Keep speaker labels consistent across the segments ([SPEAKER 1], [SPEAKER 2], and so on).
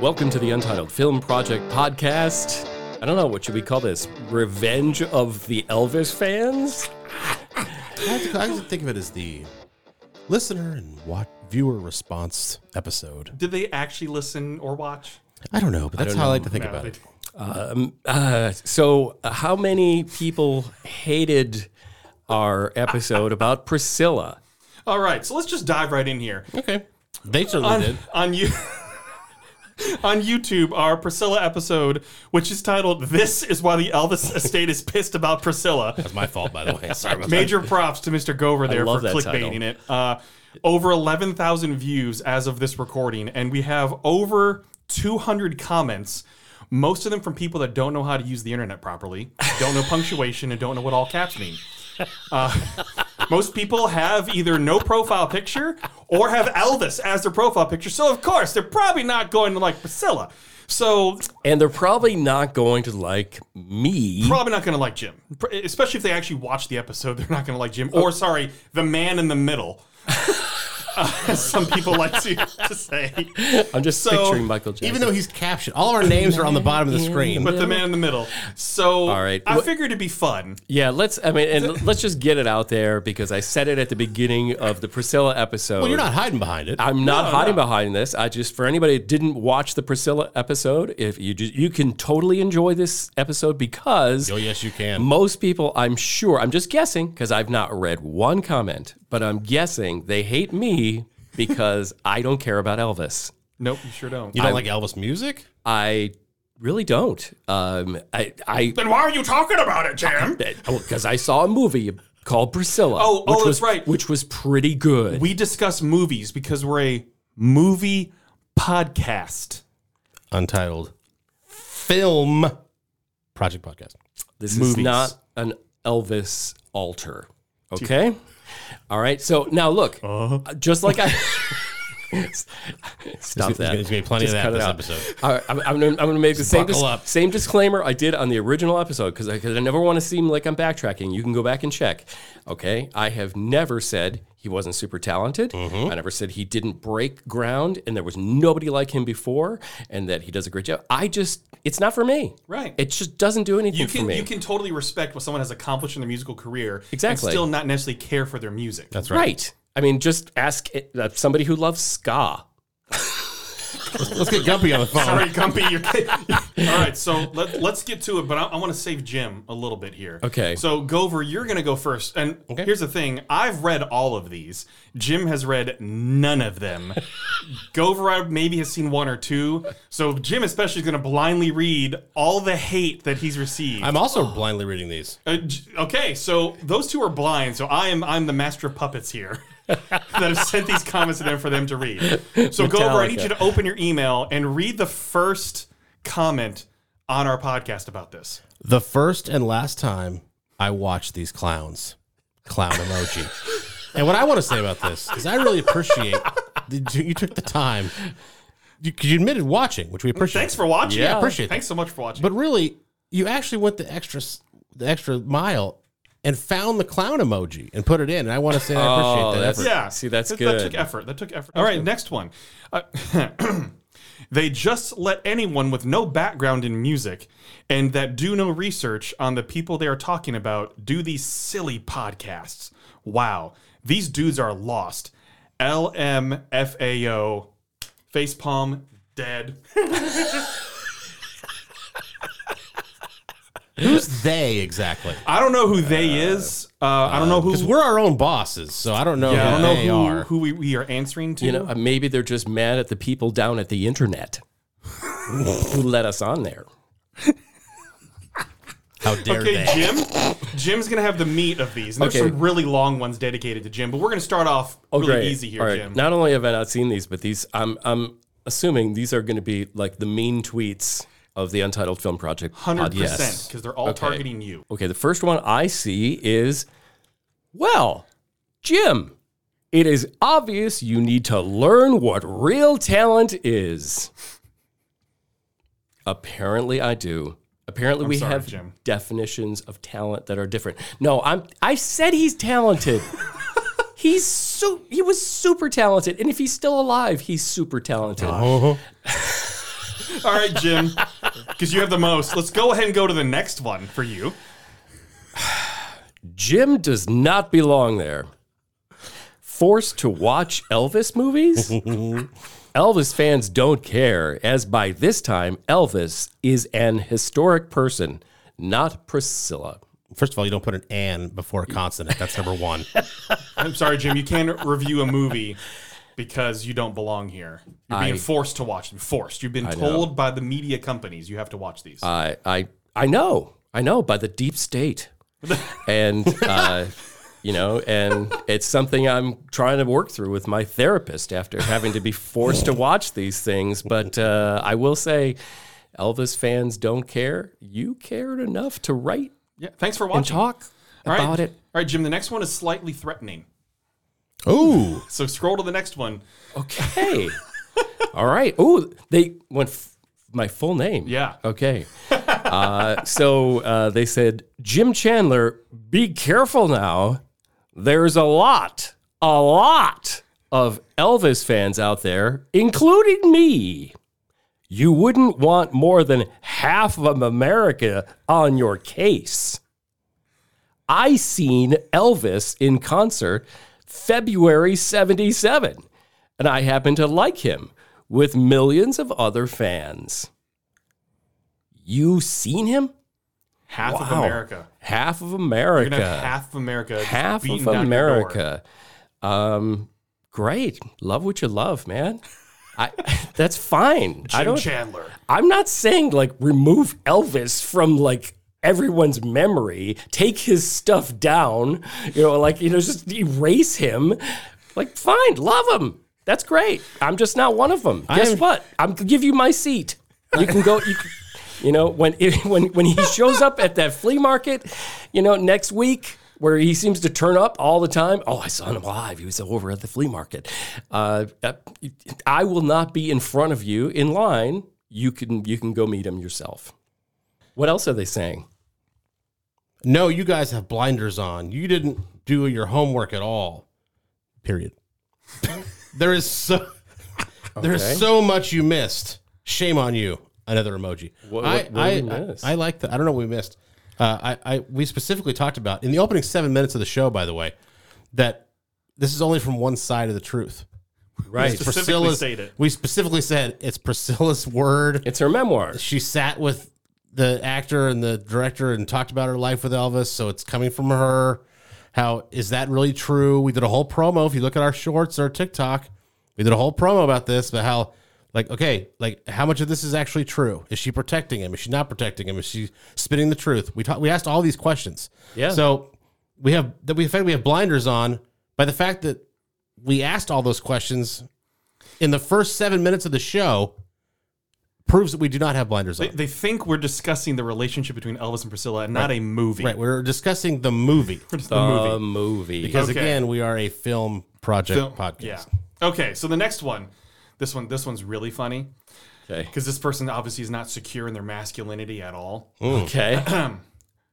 [SPEAKER 1] Welcome to the Untitled Film Project podcast. I don't know what should we call this? Revenge of the Elvis fans?
[SPEAKER 2] I have to- I have to think of it as the listener and watch, viewer response episode.
[SPEAKER 3] Did they actually listen or watch?
[SPEAKER 2] I don't know, but that's
[SPEAKER 1] don't
[SPEAKER 2] how I
[SPEAKER 1] know.
[SPEAKER 2] like to think
[SPEAKER 3] No,
[SPEAKER 2] about
[SPEAKER 3] they
[SPEAKER 2] it.
[SPEAKER 3] didn't.
[SPEAKER 1] Um, uh, so, uh, how many people hated our episode about Priscilla?
[SPEAKER 3] All right, so let's just dive right in here.
[SPEAKER 2] Okay. They certainly
[SPEAKER 1] Um,
[SPEAKER 3] On,
[SPEAKER 2] did.
[SPEAKER 3] on you. On YouTube, our Priscilla episode, which is titled "This is Why the Elvis Estate is Pissed About Priscilla,"
[SPEAKER 2] That's my fault, by the way. Sorry about
[SPEAKER 3] Major props to Mr. Gover there
[SPEAKER 1] love
[SPEAKER 3] for
[SPEAKER 1] that
[SPEAKER 3] clickbaiting it. Uh, over 11,000 views as of this recording, and we have over 200 comments. Most of them from people that don't know how to use the internet properly, don't know punctuation, and don't know what all caps mean. Uh, most people have either no profile picture or have Elvis as their profile picture. So, of course, they're probably not going to like Priscilla. So,
[SPEAKER 1] And they're probably not going to like me.
[SPEAKER 3] probably not going to like Jim, Pr- especially if they actually watch the episode. They're not going to like Jim, or sorry, the man in the middle. Uh, some people like to, to say,
[SPEAKER 1] I'm just
[SPEAKER 3] so,
[SPEAKER 1] picturing Michael Jackson.
[SPEAKER 2] Even though he's captioned, all of our names are on the bottom of the screen.
[SPEAKER 3] but the man in the middle. So
[SPEAKER 1] All right.
[SPEAKER 3] I
[SPEAKER 1] Wha-
[SPEAKER 3] figured it'd be fun.
[SPEAKER 1] yeah, let's. I mean, and let's just get it out there because I said it at the beginning of the Priscilla episode.
[SPEAKER 2] well, you're not hiding behind it.
[SPEAKER 1] I'm not
[SPEAKER 3] No,
[SPEAKER 1] hiding
[SPEAKER 3] no.
[SPEAKER 1] behind this. I just for anybody that didn't watch the Priscilla episode, if you just you can totally enjoy this episode because
[SPEAKER 2] oh, yes, you can.
[SPEAKER 1] most people, I'm sure, I'm just guessing because I've not read one comment, but I'm guessing they hate me because I don't care about Elvis.
[SPEAKER 3] Nope, you sure don't.
[SPEAKER 2] You don't like Elvis music?
[SPEAKER 1] I really don't. Um, I I
[SPEAKER 3] then why are you talking about it, Jim?
[SPEAKER 1] because I saw a movie called Priscilla.
[SPEAKER 3] Oh, oh,
[SPEAKER 1] which
[SPEAKER 3] that's
[SPEAKER 1] was,
[SPEAKER 3] right.
[SPEAKER 1] Which was pretty good.
[SPEAKER 3] We discuss movies because we're a movie podcast.
[SPEAKER 2] Untitled Film Project Podcast.
[SPEAKER 1] This is
[SPEAKER 3] movies.
[SPEAKER 1] not an Elvis altar. Okay? All right. So now look,
[SPEAKER 3] Uh-huh.
[SPEAKER 1] uh, just like I. Stop
[SPEAKER 2] There's
[SPEAKER 1] that.
[SPEAKER 2] going to be plenty
[SPEAKER 1] Just
[SPEAKER 2] of that
[SPEAKER 1] cut it
[SPEAKER 2] this
[SPEAKER 1] out.
[SPEAKER 2] episode.
[SPEAKER 1] All right, I'm, I'm, gonna, I'm gonna make the same,
[SPEAKER 2] buckle
[SPEAKER 1] dis-
[SPEAKER 2] up.
[SPEAKER 1] same disclaimer I did on the original episode because I, 'cause I never want to seem like I'm backtracking. You can go back and check. Okay, I have never said he wasn't super talented.
[SPEAKER 3] Mm-hmm.
[SPEAKER 1] I never said he didn't break ground and there was nobody like him before and that he does a great job. I just, it's not for me.
[SPEAKER 3] Right.
[SPEAKER 1] It just doesn't do anything
[SPEAKER 3] You
[SPEAKER 1] for
[SPEAKER 3] can
[SPEAKER 1] me.
[SPEAKER 3] you can totally respect what someone has accomplished in their musical career,
[SPEAKER 1] Exactly.
[SPEAKER 3] and still not necessarily care for their music.
[SPEAKER 2] That's
[SPEAKER 1] Right.
[SPEAKER 2] right.
[SPEAKER 1] I mean, just ask it, uh, somebody who loves ska.
[SPEAKER 2] Let's get Gumpy on the phone.
[SPEAKER 3] Sorry, Gumpy. You're, all right, so let, let's get to it, but I, I want to save Jim a little bit here.
[SPEAKER 1] Okay.
[SPEAKER 3] So, Gover, you're going to go first. And here's the thing I've read all of these, Jim has read none of them. Gover I maybe has seen one or two. So, Jim especially is going to blindly read all the hate that he's received.
[SPEAKER 2] I'm also blindly reading these.
[SPEAKER 3] Uh, j- okay, so those two are blind, so I am I'm the master of puppets here that have sent these comments to them for them to read. So go over. I need
[SPEAKER 1] Metallica.
[SPEAKER 3] you to open your email and read the first comment on our podcast about this.
[SPEAKER 2] The first and last time I watched these clowns, clown emoji. and what I want to say about this is I really appreciate that you you took the time because you admitted watching, which we appreciate.
[SPEAKER 3] Thanks for watching.
[SPEAKER 2] Yeah, I appreciate
[SPEAKER 3] Thanks so much for watching.
[SPEAKER 2] But really, you actually went the extra s- the extra mile and found the clown emoji and put it in. And I want to say I appreciate
[SPEAKER 1] Oh,
[SPEAKER 2] that.
[SPEAKER 1] that's-
[SPEAKER 2] effort.
[SPEAKER 3] yeah,
[SPEAKER 1] See, that's
[SPEAKER 3] that,
[SPEAKER 1] good.
[SPEAKER 3] That took effort. That took effort. All right, next one. Uh, they just let anyone with no background in music and that do no research on the people they are talking about do these silly podcasts. Wow, these dudes are lost. LMFAO, facepalm, dead.
[SPEAKER 2] Who's they exactly?
[SPEAKER 3] I don't know who they is. Uh, I don't know who.
[SPEAKER 2] Because we're our own bosses, so I don't know
[SPEAKER 3] I don't
[SPEAKER 2] who
[SPEAKER 3] know
[SPEAKER 2] they
[SPEAKER 3] who,
[SPEAKER 2] are.
[SPEAKER 3] who we, we are answering to.
[SPEAKER 1] You know, uh, maybe they're just mad at the people down at the internet who let us on there.
[SPEAKER 2] How dare
[SPEAKER 3] Okay,
[SPEAKER 2] they?
[SPEAKER 3] Jim. Jim's gonna have the meat of these. And there's
[SPEAKER 1] Okay. Oh,
[SPEAKER 3] some really long ones dedicated to Jim, but we're gonna start off really easy here,
[SPEAKER 1] All right.
[SPEAKER 3] Jim.
[SPEAKER 1] Not only have I not seen these, but these I'm I'm assuming these are going to be like the mean tweets of the Untitled Film Project.
[SPEAKER 3] Hundred
[SPEAKER 1] podcast.
[SPEAKER 3] percent, because they're all targeting you.
[SPEAKER 1] Okay, the first one I see is, well, Jim, it is obvious you need to learn what real talent is. Apparently, I do. Apparently, we
[SPEAKER 3] sorry,
[SPEAKER 1] have
[SPEAKER 3] Jim.
[SPEAKER 1] definitions of talent that are different. No, I'm. I said he's talented. he's so. He was super talented, and if he's still alive, he's super talented.
[SPEAKER 3] All right, Jim, because you have the most. Let's go ahead and go to the next one for you.
[SPEAKER 1] Jim does not belong there. Forced to watch Elvis movies? Elvis fans don't care, as by this time, Elvis is an historic person, not Priscilla.
[SPEAKER 2] First of all, you don't put an "an" before a consonant. That's number one.
[SPEAKER 3] I'm sorry, Jim. You can't review a movie because you don't belong here. You're being
[SPEAKER 1] I-
[SPEAKER 3] forced to watch them. Forced. You've been told by the media companies you have to watch these.
[SPEAKER 1] I, I, I know, I know, by the deep state. And, uh, you know, and it's something I'm trying to work through with my therapist after having to be forced to watch these things. But uh, I will say, Elvis fans don't care. You cared enough to write
[SPEAKER 3] yeah. Thanks for
[SPEAKER 1] and
[SPEAKER 3] watching.
[SPEAKER 1] talk
[SPEAKER 3] All right.
[SPEAKER 1] about it.
[SPEAKER 3] All right, Jim. The next one is slightly threatening.
[SPEAKER 2] Ooh,
[SPEAKER 3] So scroll to the next one.
[SPEAKER 1] Okay. All right. Oh, they went f- my full name.
[SPEAKER 3] Yeah.
[SPEAKER 1] Okay. Uh, so uh, they said, Jim Chandler, be careful now. There's a lot, a lot of Elvis fans out there, including me. You wouldn't want more than half of America on your case. I seen Elvis in concert February 77, and I happen to like him with millions of other fans. You seen him?
[SPEAKER 3] Half of
[SPEAKER 1] Wow.
[SPEAKER 3] America.
[SPEAKER 1] Half of
[SPEAKER 3] You're gonna have
[SPEAKER 1] America.
[SPEAKER 3] half of America. just
[SPEAKER 1] Half
[SPEAKER 3] beaten
[SPEAKER 1] of
[SPEAKER 3] down your door.
[SPEAKER 1] America. Um, great. Love what you love, man. I, that's fine. I
[SPEAKER 3] Jim
[SPEAKER 1] don't.
[SPEAKER 3] Chandler.
[SPEAKER 1] I'm not saying like remove Elvis from like everyone's memory, take his stuff down, you know, like you know, just erase him. Like, fine, love him. That's great. I'm just not one of them. Guess
[SPEAKER 2] am-
[SPEAKER 1] what? I'm gonna give you my seat. You can go. You, can- you know, when it, when when he shows up at that flea market, you know, next week. Where he seems to turn up all the time. Oh, I saw him live. He was over at the flea market. Uh, uh, I will not be in front of you in line. You can you can go meet him yourself. What else are they saying?
[SPEAKER 2] no, you guys have blinders on. You didn't do your homework at all. Period. there is so there
[SPEAKER 1] Okay.
[SPEAKER 2] is so much you missed. Shame on you. Another emoji.
[SPEAKER 1] What-
[SPEAKER 2] I,
[SPEAKER 1] what- what
[SPEAKER 2] I,
[SPEAKER 1] did we miss?
[SPEAKER 2] I, I like that. I don't know what we missed. Uh, I, I we specifically talked about in the opening seven minutes of the show, by the way, that this is only from one side of the truth.
[SPEAKER 1] Right.
[SPEAKER 2] It's
[SPEAKER 3] Specifically
[SPEAKER 2] Priscilla's-
[SPEAKER 3] stated.
[SPEAKER 2] We specifically said it's Priscilla's word.
[SPEAKER 1] It's her memoir.
[SPEAKER 2] She sat with the actor and the director and talked about her life with Elvis, so it's coming from her. How is that really true? We did a whole promo. If you look at our shorts or TikTok, we did a whole promo about this, but how like okay, like how much of this is actually true? Is she protecting him? Is she not protecting him? Is she spitting the truth? We talked we asked all these questions.
[SPEAKER 1] Yeah.
[SPEAKER 2] So we have that we in fact we have blinders on by the fact that we asked all those questions in the first seven minutes of the show proves that we do not have blinders
[SPEAKER 3] They,
[SPEAKER 2] on.
[SPEAKER 3] they think we're discussing the relationship between Elvis and Priscilla and not a movie.
[SPEAKER 2] Right, we're discussing the movie
[SPEAKER 3] It's the movie.
[SPEAKER 1] A movie.
[SPEAKER 2] because
[SPEAKER 3] Okay.
[SPEAKER 2] again, we are a film project
[SPEAKER 3] Film-
[SPEAKER 2] podcast.
[SPEAKER 3] Yeah. Okay, so the next one, this one, this one's really funny
[SPEAKER 1] okay.
[SPEAKER 3] because this person obviously is not secure in their masculinity at all.
[SPEAKER 1] Hmm. Okay.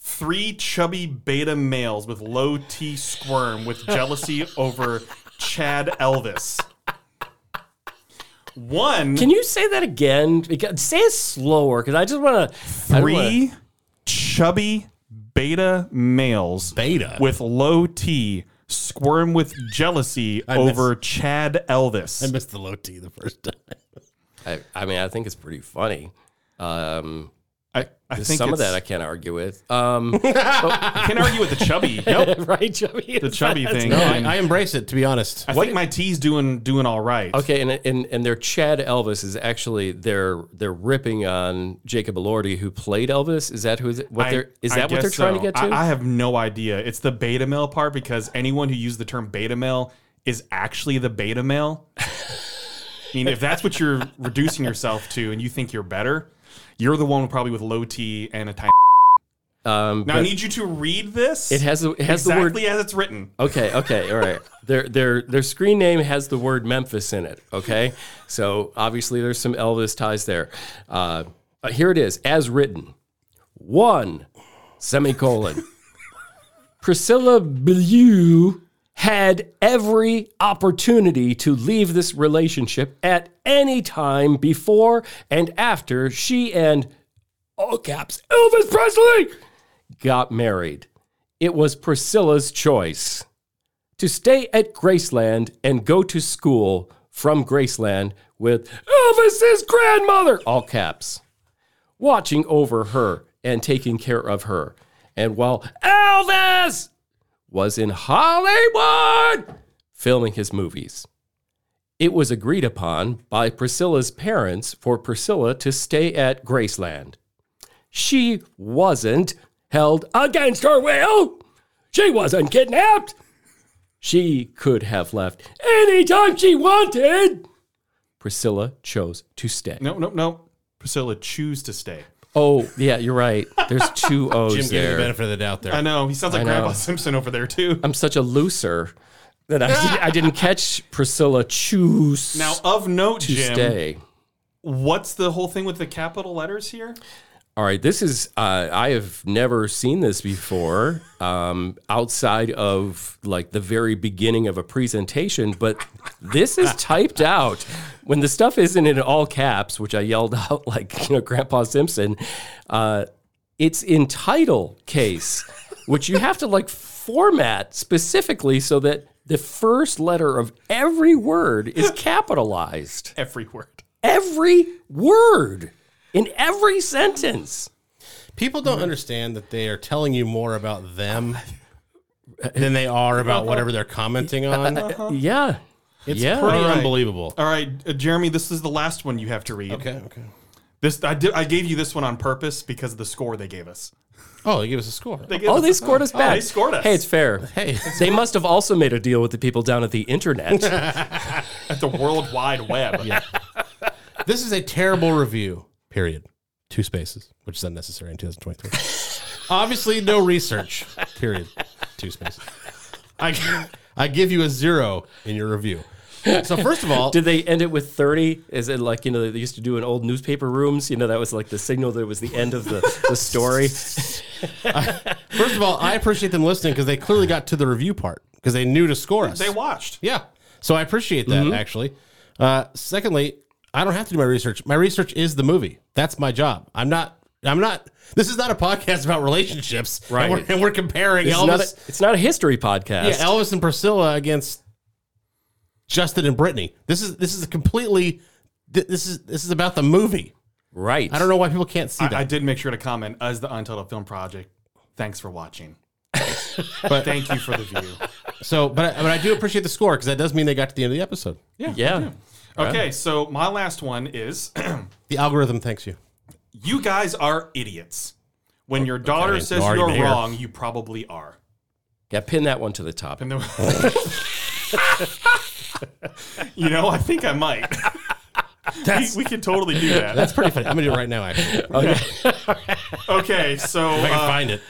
[SPEAKER 3] Three chubby beta males with low T squirm with jealousy over Chad Elvis. One,
[SPEAKER 1] Can you say that again? Because, say it slower because I just want to.
[SPEAKER 3] 3 chubby beta males
[SPEAKER 2] Beta.
[SPEAKER 3] with low T squirm with jealousy
[SPEAKER 2] miss-
[SPEAKER 3] over Chad Elvis.
[SPEAKER 2] I missed the low T the first time.
[SPEAKER 1] I, I mean, I think it's pretty funny. Um,
[SPEAKER 3] I, I think
[SPEAKER 1] some of
[SPEAKER 3] it's-
[SPEAKER 1] that I can't argue with. Um,
[SPEAKER 3] I can't argue with the chubby. Nope.
[SPEAKER 1] right, Chubby?
[SPEAKER 3] the chubby thing.
[SPEAKER 2] No,
[SPEAKER 3] and
[SPEAKER 2] I, I embrace it to be honest.
[SPEAKER 3] I think my tea's doing doing all right.
[SPEAKER 1] Okay, and, and and their Chad Elvis is actually they're they're ripping on Jacob Elordi who played Elvis. Is that who is what
[SPEAKER 3] I-
[SPEAKER 1] they're is
[SPEAKER 3] I
[SPEAKER 1] that what they're
[SPEAKER 3] guess
[SPEAKER 1] trying
[SPEAKER 3] so.
[SPEAKER 1] to get to?
[SPEAKER 3] I, I have no idea. It's the beta male part because anyone who used the term beta male is actually the beta male. I mean, if that's what you're reducing yourself to, and you think you're better, you're the one probably with low T and a tiny.
[SPEAKER 1] um,
[SPEAKER 3] Now I need you to read this.
[SPEAKER 1] it has the, it has the
[SPEAKER 3] exactly
[SPEAKER 1] word Oh.
[SPEAKER 3] as it's written.
[SPEAKER 1] Okay, okay, all right. Their their their screen name has the word Memphis in it. Okay, so obviously there's some Elvis ties there. Uh, but here it is, as written. One semicolon. Priscilla Bellew had every opportunity to leave this relationship at any time before and after she and all caps Elvis Presley got married. It was Priscilla's choice to stay at Graceland and go to school from Graceland with Elvis's grandmother, all caps, watching over her and taking care of her. And while Elvis was in Hollywood filming his movies. It was agreed upon by Priscilla's parents for Priscilla to stay at Graceland. She wasn't held against her will. She wasn't kidnapped. She could have left anytime she wanted. Priscilla chose to stay.
[SPEAKER 3] No, no, no. Priscilla, choose to stay.
[SPEAKER 1] Oh, yeah, you're right. There's two O's
[SPEAKER 2] Jim gave you the
[SPEAKER 1] there.
[SPEAKER 2] benefit of the doubt there.
[SPEAKER 3] I know. He sounds like
[SPEAKER 1] I know.
[SPEAKER 3] Grandpa Simpson over there, too.
[SPEAKER 1] I'm such a looser that I, I didn't catch Priscilla choose
[SPEAKER 3] Now, of note,
[SPEAKER 1] to
[SPEAKER 3] Jim,
[SPEAKER 1] stay.
[SPEAKER 3] what's the whole thing with the capital letters here?
[SPEAKER 1] All right, this is uh, I have never seen this before um, outside of like the very beginning of a presentation, but this is typed out when the stuff isn't in all caps, which I yelled out like you know Grandpa Simpson. Uh, it's in title case, which you have to like format specifically so that the first letter of every word is capitalized
[SPEAKER 3] Every word.
[SPEAKER 1] every word in every sentence.
[SPEAKER 2] People don't understand that they are telling you more about them than they are about whatever they're commenting on.
[SPEAKER 1] Yeah.
[SPEAKER 2] It's
[SPEAKER 1] Yeah.
[SPEAKER 2] pretty
[SPEAKER 3] Uh-huh. All right.
[SPEAKER 2] unbelievable.
[SPEAKER 3] All right, uh, Jeremy, this is the last one you have to read.
[SPEAKER 2] Okay, okay.
[SPEAKER 3] This I did. I gave you this one on purpose because of the score they gave us.
[SPEAKER 2] Oh, they give us a score.
[SPEAKER 3] They gave
[SPEAKER 1] Oh,
[SPEAKER 3] us-
[SPEAKER 1] they scored us back.
[SPEAKER 3] they scored us.
[SPEAKER 1] Hey, it's fair.
[SPEAKER 2] Hey,
[SPEAKER 1] They must have also made a deal with the people down at the internet.
[SPEAKER 3] at the World Wide Web.
[SPEAKER 2] this is a terrible review. Period. Two spaces, which is unnecessary in 2023. Obviously, no research. Period. Two spaces. I I give you a zero in your review. So first of all,
[SPEAKER 1] Did they end it with 30? Is it like, you know, they used to do in old newspaper rooms? You know, that was like the signal that it was the end of the, the story.
[SPEAKER 2] first of all, I appreciate them listening because they clearly got to the review part because they knew to score us.
[SPEAKER 3] They watched.
[SPEAKER 2] Yeah. So I appreciate that
[SPEAKER 1] Mm-hmm.
[SPEAKER 2] actually. Uh, secondly, I don't have to do my research. My research is the movie. That's my job. I'm not. I'm not. This is not a podcast about relationships. And
[SPEAKER 1] Right.
[SPEAKER 2] we're- And we're comparing
[SPEAKER 1] It's not, a,
[SPEAKER 2] Elvis,
[SPEAKER 1] it's not a history podcast.
[SPEAKER 2] yeah, Elvis and Priscilla against Justin and Brittany. This is this is a completely. th- This is this is about the movie.
[SPEAKER 1] right.
[SPEAKER 2] I don't know why people can't see that.
[SPEAKER 3] I, I did make sure to comment as the Untitled Film Project. Thanks for watching.
[SPEAKER 2] But-
[SPEAKER 3] Thank you for the view.
[SPEAKER 2] so, but I, but I do appreciate the score because that does mean they got to the end of the episode.
[SPEAKER 1] Yeah.
[SPEAKER 3] Okay, so my last one is
[SPEAKER 2] The algorithm thanks you.
[SPEAKER 3] you guys are idiots. When your daughter
[SPEAKER 2] Oh, Okay,
[SPEAKER 3] says
[SPEAKER 2] you're
[SPEAKER 3] you're
[SPEAKER 2] already there.
[SPEAKER 3] wrong, you probably are.
[SPEAKER 1] Yeah. Pin that one to the top.
[SPEAKER 3] And the- you know, I think I might. we, we can totally do that.
[SPEAKER 2] That's pretty funny. I'm gonna do it right now. Actually, if
[SPEAKER 3] Okay, so
[SPEAKER 2] I can
[SPEAKER 3] uh,
[SPEAKER 2] find it.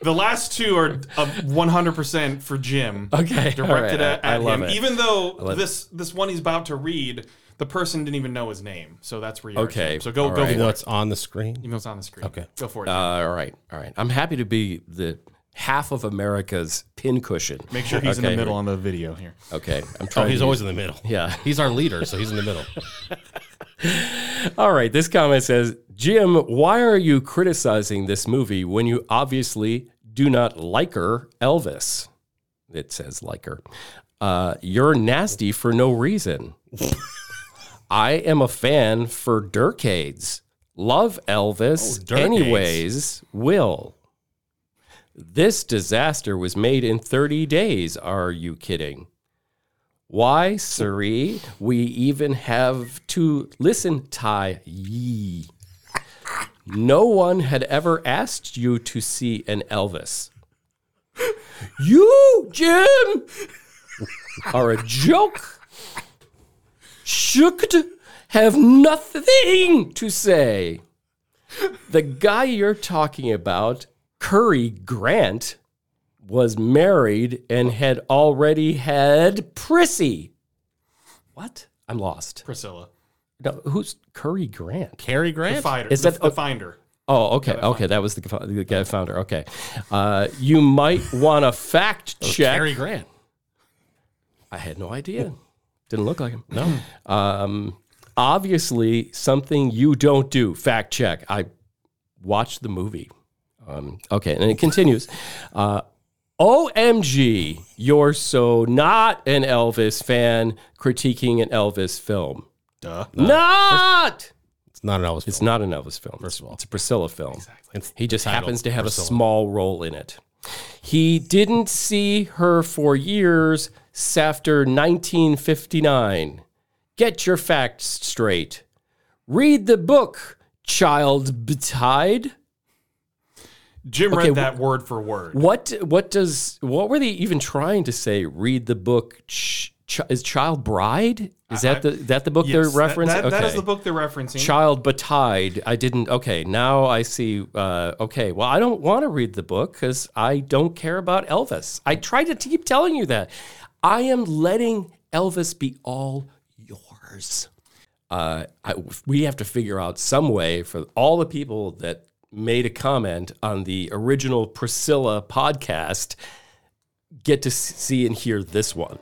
[SPEAKER 3] the last two are uh, 100% for Jim.
[SPEAKER 1] Okay,
[SPEAKER 3] Directed
[SPEAKER 1] all right,
[SPEAKER 3] at,
[SPEAKER 1] I- I
[SPEAKER 3] at
[SPEAKER 1] love
[SPEAKER 3] him.
[SPEAKER 1] it.
[SPEAKER 3] Even though
[SPEAKER 1] love it.
[SPEAKER 3] this this one he's about to read, the person didn't even know his name. So that's where you
[SPEAKER 1] Okay,
[SPEAKER 3] are. Jim. So go,
[SPEAKER 1] all
[SPEAKER 3] go
[SPEAKER 1] right.
[SPEAKER 2] Even though
[SPEAKER 3] for it.
[SPEAKER 2] it's on the screen.
[SPEAKER 3] Even though it's on the screen.
[SPEAKER 2] Okay.
[SPEAKER 3] Go for it.
[SPEAKER 1] Uh, all right. All right. I'm happy to be the half of America's pincushion.
[SPEAKER 3] Make sure he's in
[SPEAKER 1] okay.
[SPEAKER 3] the middle on the video here.
[SPEAKER 1] Okay. I'm
[SPEAKER 2] Oh,
[SPEAKER 1] trying
[SPEAKER 2] he's
[SPEAKER 1] to
[SPEAKER 2] always in the middle.
[SPEAKER 1] Yeah.
[SPEAKER 2] He's our leader, so he's in the middle.
[SPEAKER 1] All right, this comment says, Jim, why are you criticizing this movie when you obviously do not like her, Elvis? It says like her. Uh, you're nasty for no reason. I am a fan for Dirkades. Love Elvis,
[SPEAKER 2] Oh, Dirkades.
[SPEAKER 1] anyways, will. This disaster was made in 30 days. Are you kidding? Why, Suri, we even have to listen, Tai Yi. No one had ever asked you to see an Elvis. You, Jim, are a joke. Should have nothing to say. The guy you're talking about, Curry Grant, was married and had already had Prissy. What? I'm lost.
[SPEAKER 3] Priscilla.
[SPEAKER 1] No, who's Curry Grant?
[SPEAKER 2] Cary Grant?
[SPEAKER 3] Finder.
[SPEAKER 1] Is
[SPEAKER 3] the,
[SPEAKER 1] that-
[SPEAKER 3] the finder.
[SPEAKER 1] Oh, okay, okay, that was the, the guy founder. Okay, uh, you might want to fact check
[SPEAKER 2] Cary Grant.
[SPEAKER 1] I had no idea. Didn't look like him. No. Um, obviously, something you don't do. Fact check. I watched the movie. Um, okay, and it continues. Uh, OMG, you're so not an Elvis fan critiquing an Elvis film.
[SPEAKER 3] Duh.
[SPEAKER 1] Not!
[SPEAKER 2] It's not an Elvis.
[SPEAKER 1] It's not an Elvis film. First
[SPEAKER 2] of all.
[SPEAKER 1] it's a Priscilla film.
[SPEAKER 2] It's
[SPEAKER 1] He just
[SPEAKER 2] titled
[SPEAKER 1] happens to have
[SPEAKER 2] Priscilla.
[SPEAKER 1] a small role in it. He didn't see her for years s- after 1959. Get your facts straight. Read the book, Child Betide.
[SPEAKER 3] Jim
[SPEAKER 1] Okay,
[SPEAKER 3] read that word for word.
[SPEAKER 1] What what does what were they even trying to say? Read the book. Ch- ch- is Child Bride? Is that the that the book
[SPEAKER 3] Yes,
[SPEAKER 1] they're
[SPEAKER 3] that-
[SPEAKER 1] referencing?
[SPEAKER 3] that- that is
[SPEAKER 1] Okay.
[SPEAKER 3] the book they're referencing.
[SPEAKER 1] Child Betide. I didn't. Okay, now I see. Uh, okay, well, I don't want to read the book because I don't care about Elvis. I tried to keep telling you that. I am letting Elvis be all yours. Uh, I, we have to figure out some way for all the people that made a comment on the original Priscilla podcast get to see and hear this one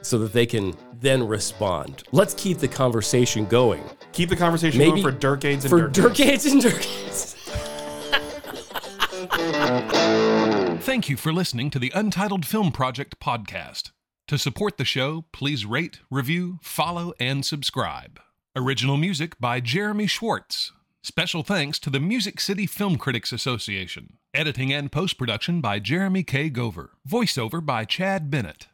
[SPEAKER 1] so that they can then respond. Let's keep the conversation going
[SPEAKER 3] Keep the conversation
[SPEAKER 1] Maybe-
[SPEAKER 3] going for Dirkades and
[SPEAKER 1] for
[SPEAKER 3] Dirkades.
[SPEAKER 1] Dirkades and Dirkades.
[SPEAKER 4] Thank you for listening to the Untitled Film Project podcast. To support the show, please rate, review, follow, and subscribe. Original music by Jeremy Schwartz. Special thanks to the Music City Film Critics Association. Editing and post production by Jeremy K. Gover. Voiceover by Chad Bennett.